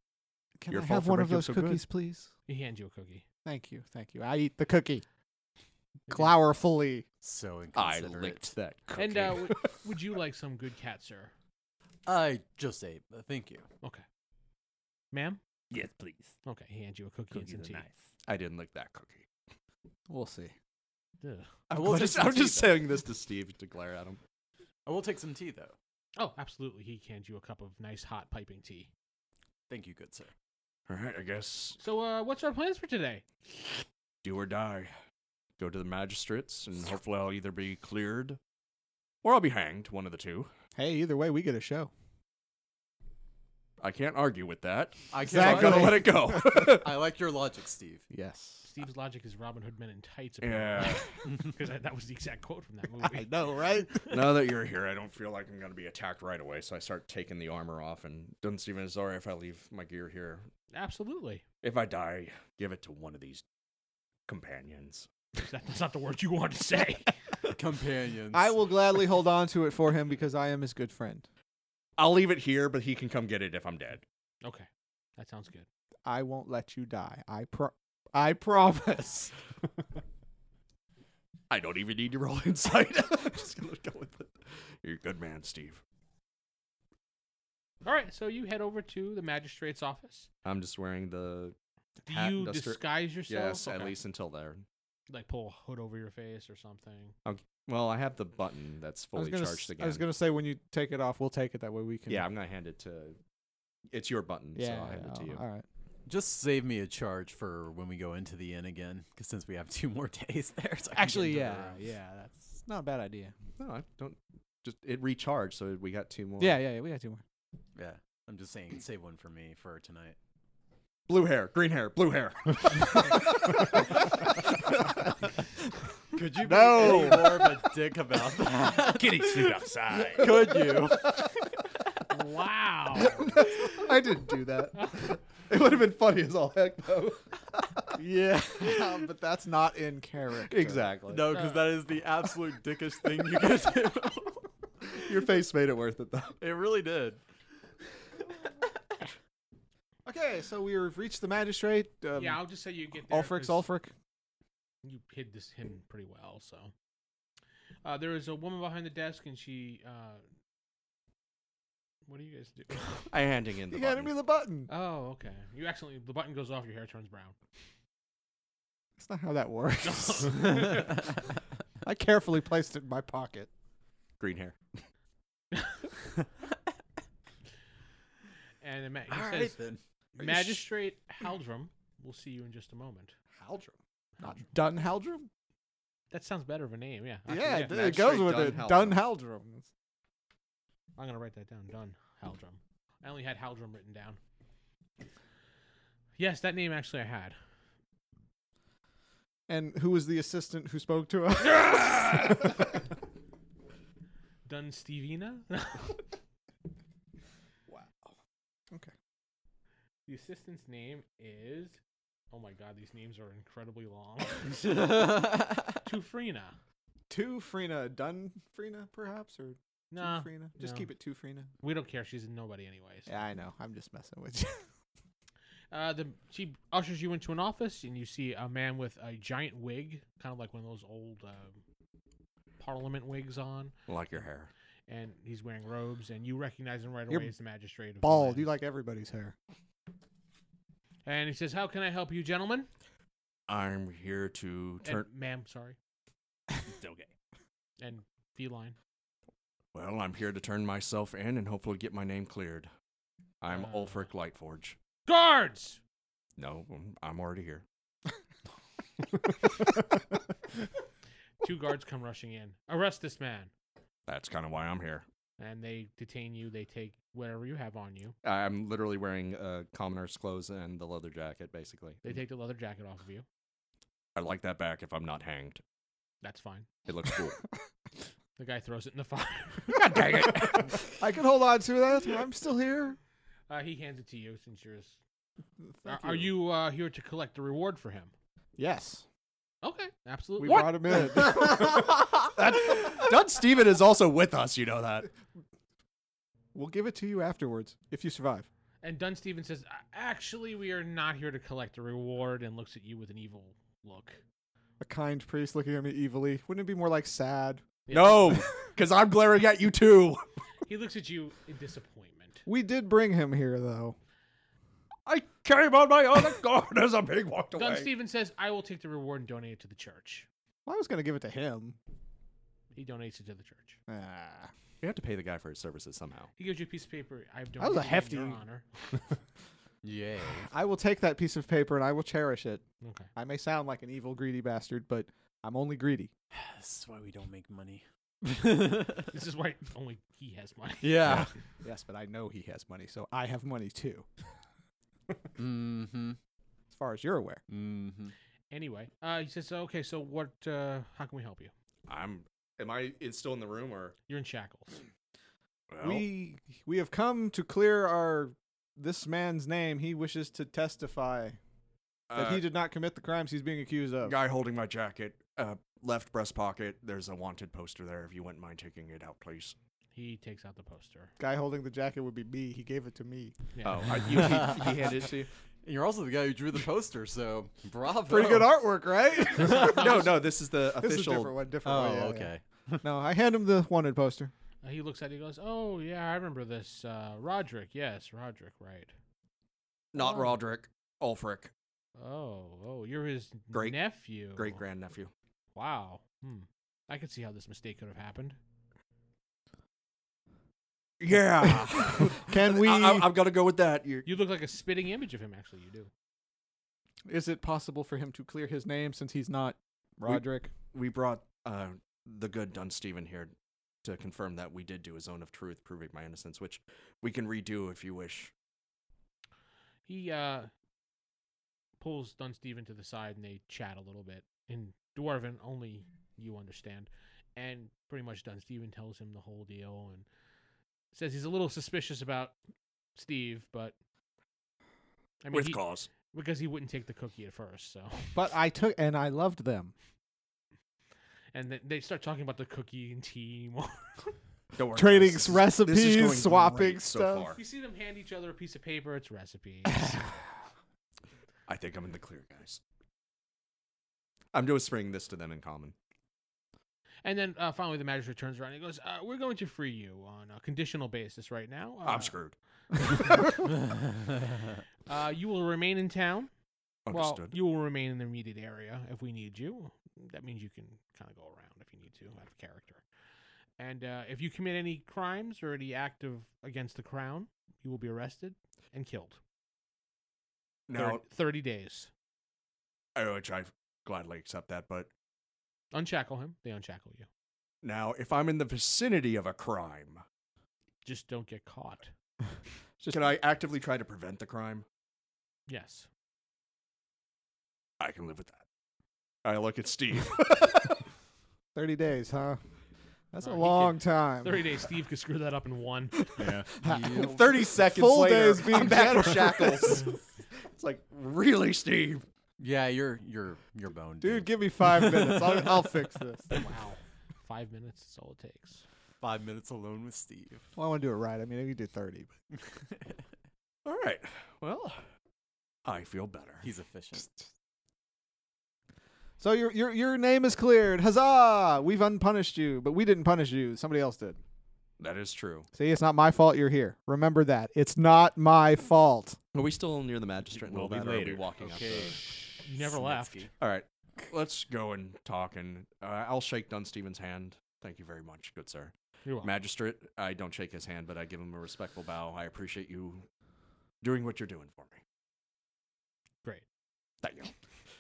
Can
Your
I
fault
have
for
one of
making them
those
so good.
cookies, please?
He hands you a cookie.
Thank you, thank you. I eat the cookie. Glowerfully.
So
I
inconsiderate.
licked that cookie.
And uh, w- would you like some good cat, sir,
I just ate. uh, Thank you.
ma'am?
Yes, please.
Okay, he hands you a cookie
Cookies
and
are
some
nice.
I didn't lick that cookie.
We'll see.
tea. Ugh.
I'm,
will
just,
take some
I'm
tea,
just
though.
saying this to Steve to glare at him.
I will take some tea though.
Oh, absolutely. He hands you a cup of nice hot piping tea.
Thank you, good sir.
All right, I guess
So, uh, what's our plans for today?
do or die. Go to the magistrates, and hopefully I'll either be cleared or I'll be hanged. One of the two.
Hey, either way, we get a show.
I can't argue with that.
I
So I'm gonna
Exactly.
let it go.
I like your logic, Steve.
Yes.
Steve's logic is Robin Hood men in tights.
yeah.
because that was the exact quote from that
I
movie.
know, right?
now that you're here, I don't feel like I'm gonna be attacked right away, so I start taking the armor off. And doesn't seem as sorry if I leave my gear here.
Absolutely.
If I die, give it to one of these companions.
That- That's not the word you wanted to say.
Companions.
I will gladly hold on to it for him because I am his good friend.
I'll leave it here, but he can come get it if I'm dead.
Okay, that sounds good.
I won't let you die. I pro- I promise.
I don't even need to roll inside. I'm just gonna go with it. You're a good man, Steve.
All right, so you head over to the magistrate's office.
I'm just wearing the
Do
Hat
you
duster-
disguise yourself?
yes, at
Okay.
least until there.
like pull a hood over your face or something.
Well, I have the button that's
I was
fully
gonna
charged
s-
again.
I was gonna say when you take it off, we'll take it that way we can.
yeah, I'm gonna hand it to. It's your button, so I'll hand it to you.
All right.
just save me a charge for when we go into the inn again, because since we have two more days there, so I can get
Actually,
into the
yeah,
room.
yeah, that's not a bad idea.
No, I don't. Just it recharged, so we got two more.
Yeah, yeah, yeah. We got two more.
yeah. I'm just saying, save one for me for tonight.
Blue hair, green hair, blue hair.
Could you
No.
be any more of a dick about that?
Kitty sleep outside.
Could you?
Wow.
I didn't do that.
it would have been funny as all heck, though.
yeah, Um, but that's not in character.
exactly.
No, because that is the absolute dickish thing you could do.
Your face made it worth it, though.
it really did.
Okay, so we've reached the magistrate. Um,
yeah, I'll just say you get there.
Ulfric's
'cause-
Ulfric.
you hid this him pretty well. So uh, there is a woman behind the desk, and she. Uh, what do you guys do?
I handing in the
You handed me
button.
the button.
oh, okay. You accidentally the button goes off, your hair turns brown.
That's not how that works. I carefully placed it in my pocket.
green hair.
And it, ma- it
All right
says,
then.
Are you sh-
"Magistrate Haldrum, we'll see you in just a moment."
Haldrum. Not Dun Haldrum?
That sounds better of a name, yeah. I can-
yeah, it, it
magistrate
goes with
Dun
it.
Haldrum.
Dun Haldrum.
I'm gonna write that down. Done. Haldrum. I only had Haldrum written down. Yes, that name actually I had.
And who was the assistant who spoke to us?
Dun Stevina.
Okay.
The assistant's name is Oh my god, these names are incredibly long. Tufrina.
Two Frina, done Frina, perhaps, or
Nah,
two Frina. Just
no.
keep it two Frina.
we don't care. She's a nobody, anyways.
Yeah, I know. I'm just messing with you.
Uh, the she ushers you into an office, and you see a man with a giant wig, kind of like one of those old um, Parliament wigs on,
Like your hair.
and he's wearing robes, and you recognize him right
You're
away as the magistrate. Of
Bald.
Milan.
You like everybody's hair.
And he says, "How can I help you, gentlemen?"
I'm here to
And,
turn.
ma'am, sorry,
It's okay.
and feline.
well, I'm here to turn myself in and hopefully get my name cleared. I'm
Uh.
Ulfric Lightforge.
Guards.
No, I'm- I'm already here.
Two guards come rushing in. Arrest this man,
That's kind of why I'm here.
and they detain you. They take whatever you have on you.
I'm literally wearing uh, commoner's clothes and the leather jacket, basically.
They take the leather jacket off of you.
I like that back if I'm not hanged.
That's fine.
It looks cool.
The guy throws it in the fire.
God dang it!
I can hold on to that. I'm still here.
Uh, he hands it to you since you're. his- Are,
Thank
are you uh, here to collect the reward for him?
Yes.
Okay, absolutely.
We brought him in.
That- Dud Steven is also with us, you know that.
we'll give it to you afterwards if you survive.
And Dunn Steven says, "A- "Actually, we are not here to collect a reward," and looks at you with an evil look.
A kind priest looking at me evilly. Wouldn't it be more like sad?
No, because I'm glaring at you too.
He looks at you in disappointment.
We did bring him here, though.
I came on my own accord as a pig walked away.
Dunn Steven says, "I will take the reward and donate it to the church."
Well, I was going to give it to him.
He donates it to the church.
Ah.
You have to pay the guy for his services somehow.
He gives you a piece of paper. I've donated
That was a
it in your
hefty-
honor.
Yay.
I will take that piece of paper and I will cherish it.
Okay.
I may sound like an evil, greedy bastard, but I'm only greedy.
this is why we don't make money. Mm-hmm.
This is why only he has money.
yeah.
Yes, but I know he has money, so I have money too,
Mm-hmm.
as far as you're aware.
Mm-hmm.
Anyway, uh, he says, "Okay, so what? Uh, how can we help you?
I'm. Am I it's still in the room or?
You're in shackles."
Oh. We we have come to clear our this man's name. He wishes to testify that he did not commit the crimes he's being accused of.
uh, guy holding my jacket, uh, left breast pocket. There's a wanted poster there. If you wouldn't mind taking it out, please.
He takes out the poster.
Guy holding the jacket would be me. He gave it to me.
Yeah.
Oh, I, you, he, he handed it to you.
You're also the guy who drew the poster, so bravo.
Pretty good artwork, right?
No, no, this is the
this is a different
official.
one. Different
Oh,
one. yeah, yeah.
okay.
No, I hand him the wanted poster.
Uh, he looks at it. He goes, "Oh yeah, I remember this. Uh, Roderick, yes, Roderick, right?
Not Roderick, Ulfric,
Oh, oh, you're his
Great-
nephew.
great grandnephew.
Wow. Hmm. I could see how this mistake could have happened.
Yeah.
Can we?
I, I, I'm gonna go with that. You're,
You look like a spitting image of him. Actually, you do.
is it possible for him to clear his name since he's not Roderick?
we brought uh, the good Dunsteven here to confirm that we did do a zone of truth, proving my innocence, which we can redo if you wish.
He uh pulls Dunsteven to the side, and they chat a little bit in Dwarven. Only you understand. And pretty much Dunsteven tells him the whole deal, and says he's a little suspicious about Steve, but I mean,
with
he-
cause.
because he wouldn't take the cookie at first, so.
But I took and I loved them.
and th- they start talking about the cookie and tea more.
Don't worry,
Trading
guys.
recipes,
this is going
swapping
great
stuff.
So far.
you see them hand each other a piece of paper. It's recipes.
I think I'm in the clear, guys. I'm just bringing this to them in common.
and then uh, finally, the magistrate turns around and he goes, uh, "We're going to free you on a conditional basis right now. Uh,
I'm screwed.
Uh, you will remain in town. Well,
Understood.
you will remain in the immediate area if we need you. That means you can kind of go around if you need to, out of character. And uh, if you commit any crimes or any act of against the crown, you will be arrested and killed.
now,
Thir- thirty days.
I- which I gladly accept that, but
Unshackle him. They unshackle you.
now if I'm in the vicinity of a crime,
Just don't get caught.
can I actively try to prevent the crime?
Yes.
I can live with that. I look at Steve.
Thirty days, huh? That's
Uh,
a
he
long time.
30 days, Steve could screw that up in one.
Yeah.
Yep.
30 seconds
Full
later,
days being
I'm back with
generous.
shackles. it's like, really, Steve?
Yeah, you're you're you're boned,
Dude, give me five minutes. I'll, I'll fix this.
Wow. Five minutes is all it takes.
Five minutes alone with Steve.
Well, I want to do it right. I mean, we do 30.
All right. Well, I feel better.
He's efficient.
So your your your name is cleared. Huzzah! We've unpunished you, but we didn't punish you. Somebody else did.
That is true.
See, it's not my fault you're here. Remember that. It's not my fault.
Are we still near the magistrate and
Will
all
be
that? Or are we
later.
walking up?
Okay.
the-
You never left.
Snitsky.
All right. Let's go and talk. And uh, I'll shake Dunstevens' hand. Thank you very much, good sir.
You're welcome.
Magistrate, I don't shake his hand, but I give him a respectful bow. I appreciate you doing what you're doing for me.
Great.
Thank you.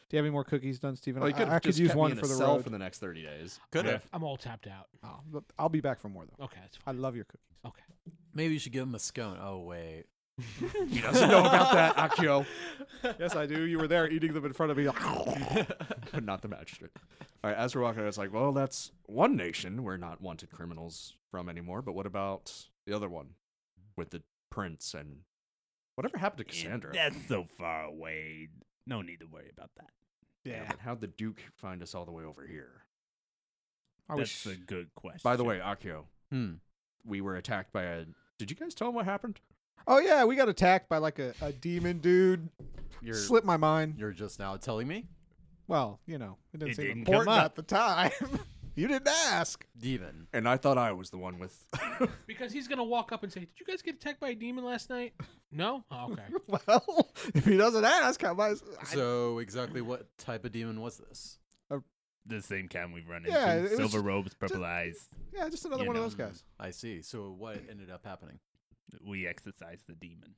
Do you have any more cookies done, Stephen?
Well, he could've
I, I could
just
use
kept me
one
in a
for the
cell
road.
for the next 30 days.
Could have.
I'm all tapped out.
Oh, but I'll be back for more though.
Okay, that's
I
fine.
love your cookies.
Maybe you should give him a scone. Oh wait.
He doesn't know about that, Akio.
yes, I do. You were there eating them in front of me.
but not the magistrate. All right, as we're walking, it's like, well, that's one nation we're not wanted criminals from anymore. But what about the other one with the prince and whatever happened to Cassandra?
That's so far away. No need to worry about that.
Yeah, but how'd the Duke find us all the way over here?
I
That's
wish.
a good question.
By the way, Akio,
Hmm.
we were attacked by a. Did you guys tell him what happened?
Oh yeah, we got attacked by like a, a demon dude.
You're
Slipped my mind.
you're just now telling me?
Well, you know, it didn't
It
seem
didn't come
important
up.
at the time. you didn't ask.
Demon.
And I thought I was the one with.
Because he's gonna walk up and say, "Did you guys get attacked by a demon last night?" No. Oh, okay.
Well, if he doesn't ask, how am I? I-
So exactly what type of demon was this?
the same kind we've run
Yeah, it
into
was
silver
ju-
robes, purple eyes.
yeah, just another
you
one of
know.
those guys.
I see. So what ended up happening?
We exorcise the demon.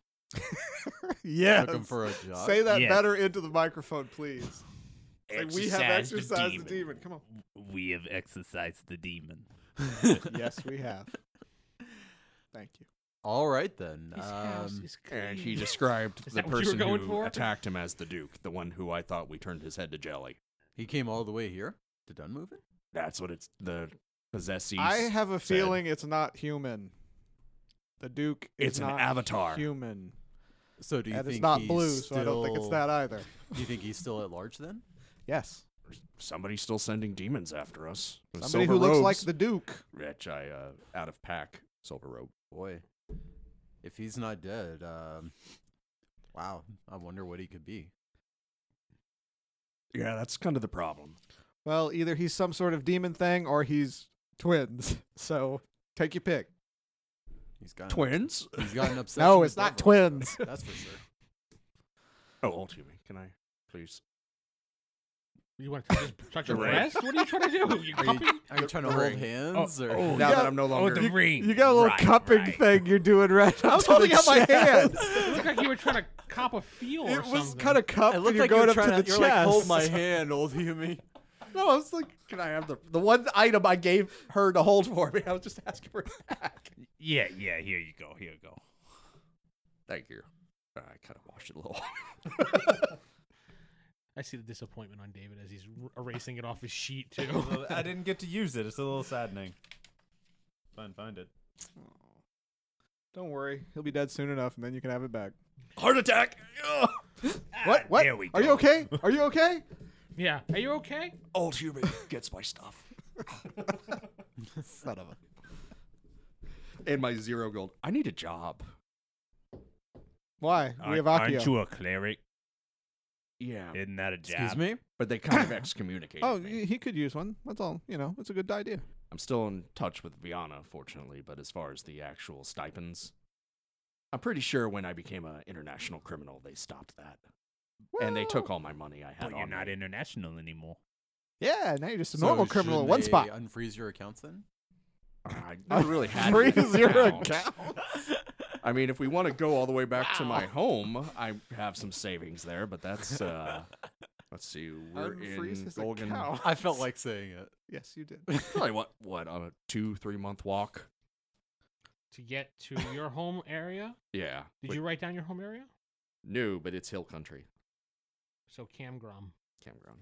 yes.
Took him for a jog.
Say that
Yes.
better into the microphone, please. Like, we have
Exorcise
exercised the demon. Come on.
We have exorcised the demon.
yes, we have. Thank you.
All right then.
His house
Um,
is
and uh, he
clean.
described
Is
the
that what you were
person
going
who
for?
attacked him as the Duke, the one who I thought we turned his head to jelly.
he came all the way here to Dunmoven.
That's what it's the possessees.
I have a
said.
feeling it's not human. The Duke is
It's an
not
avatar.
human,
So do you
and
think
it's not
he's
blue, so I don't think it's
still-
that either.
Do you think he's still at large then?
Yes,
somebody's still sending demons after us. Those
somebody who
silver
looks like
robes.
the Duke.
Which I uh, out of pack silver robe.
Boy, if he's not dead, um, wow, I wonder what he could be.
Yeah, that's kind of the problem.
Well, either he's some sort of demon thing, or he's twins. So take your pick.
He's
Uh,
got
Twins?
He's got an obsession.
No,
with
it's not
devils, though,
twins.
That's for sure.
Oh, hold me. Can I please?
You want to just touch your
The ring.
breast? What are you trying to do? You
Are you,
cupping?
are you trying to hold
ring.
hands or?
now
Oh, yeah.
that I'm no
Oh,
longer
the ring.
You got a little
Right,
cupping
right.
thing you're doing right. I was holding out my hand.
It looked like you were trying to cop a feel.
It
or
was
something.
kind of cupped.
It
and
looked
you're
like
going
you're
up to
trying
the
to. You're like, hold
chest.
my hand, old Yumi.
no, I was like, can I have the the one item I gave her to hold for me? I was just asking for it back.
Yeah, yeah. Here you go. Here you go.
Thank you. I kind of washed it a little.
I see the disappointment on David as he's r- erasing it off his sheet too.
I didn't get to use it. It's a little saddening. Fine, find it.
Don't worry, he'll be dead soon enough, and then you can have it back.
Heart attack. Ugh. Ah,
What? What?
there we
Are you
go.
okay? Are you okay?
yeah. Are you okay?
Old human gets my stuff.
Son of a.
and my zero gold. I need a job.
Why? We have Akio.
Aren't you a cleric?
Yeah,
Isn't that a job?
Excuse me.
but they kind of excommunicated
Oh,
me.
y- he could use one. That's all. You know, it's a good idea.
I'm still in touch with Viana, fortunately, but as far as the actual stipends, I'm pretty sure when I became an international criminal, they stopped that. And they took all my money I had
But you're
on
not
me.
international anymore.
Yeah, now you're just a
So
normal criminal
should
in one
uh,
they
spot.
Unfreeze your accounts then.
I never really had
Freeze
an
your
account.
account.
I mean, if we want to go all the way back to my home, I have some savings there, but that's, uh, let's see, we're
Unfreeze
in
his
Golgan.
account.
I felt like saying it.
Yes, you did.
Probably what, what, on a two, three month walk?
To get to your home area,
Yeah.
did you write down your home area?
No, but it's hill country.
So Camgrum.
Campground.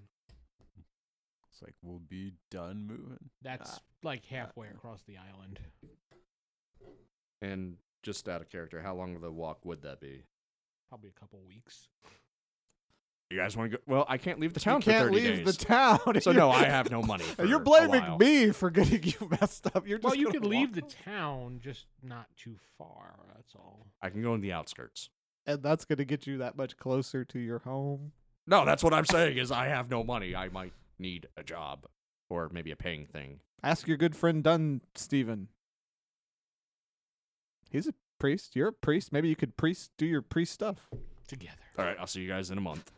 It's like we'll be done moving.
That's
Ah.
like halfway across the island.
And just out of character, how long of a walk would that be?
Probably a couple weeks.
You guys want to go? Well, I can't leave the town
you
for
can't
30
leave
days.
the town. and
so
you're-
no, I have no money. for
and You're
a
blaming
while.
me for getting you messed up. You're just
Well, you
gonna
could leave the
walk-
town, just not too far. That's all.
I can go in the outskirts.
and that's going to get you that much closer to your home.
No, that's what I'm saying is I have no money. I might need a job or maybe a paying thing.
Ask your good friend Dunn, Stephen. He's a priest. You're a priest. Maybe you could priest do your priest stuff.
Together.
All right, I'll see you guys in a month.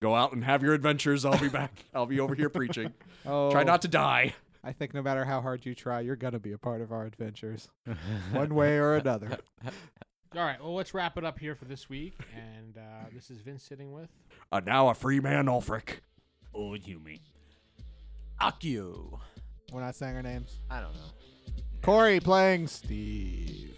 go out and have your adventures. I'll be back. I'll be over here preaching.
Oh,
Try not to die.
I think no matter how hard you try, you're gonna be a part of our adventures, one way or another.
All right. Well, let's wrap it up here for this week. And uh, this is Vince sitting with.
Uh, now a free man, Ulfric.
Old Hume.
Akio.
We're not saying our names.
I don't know.
Corey playing Steve.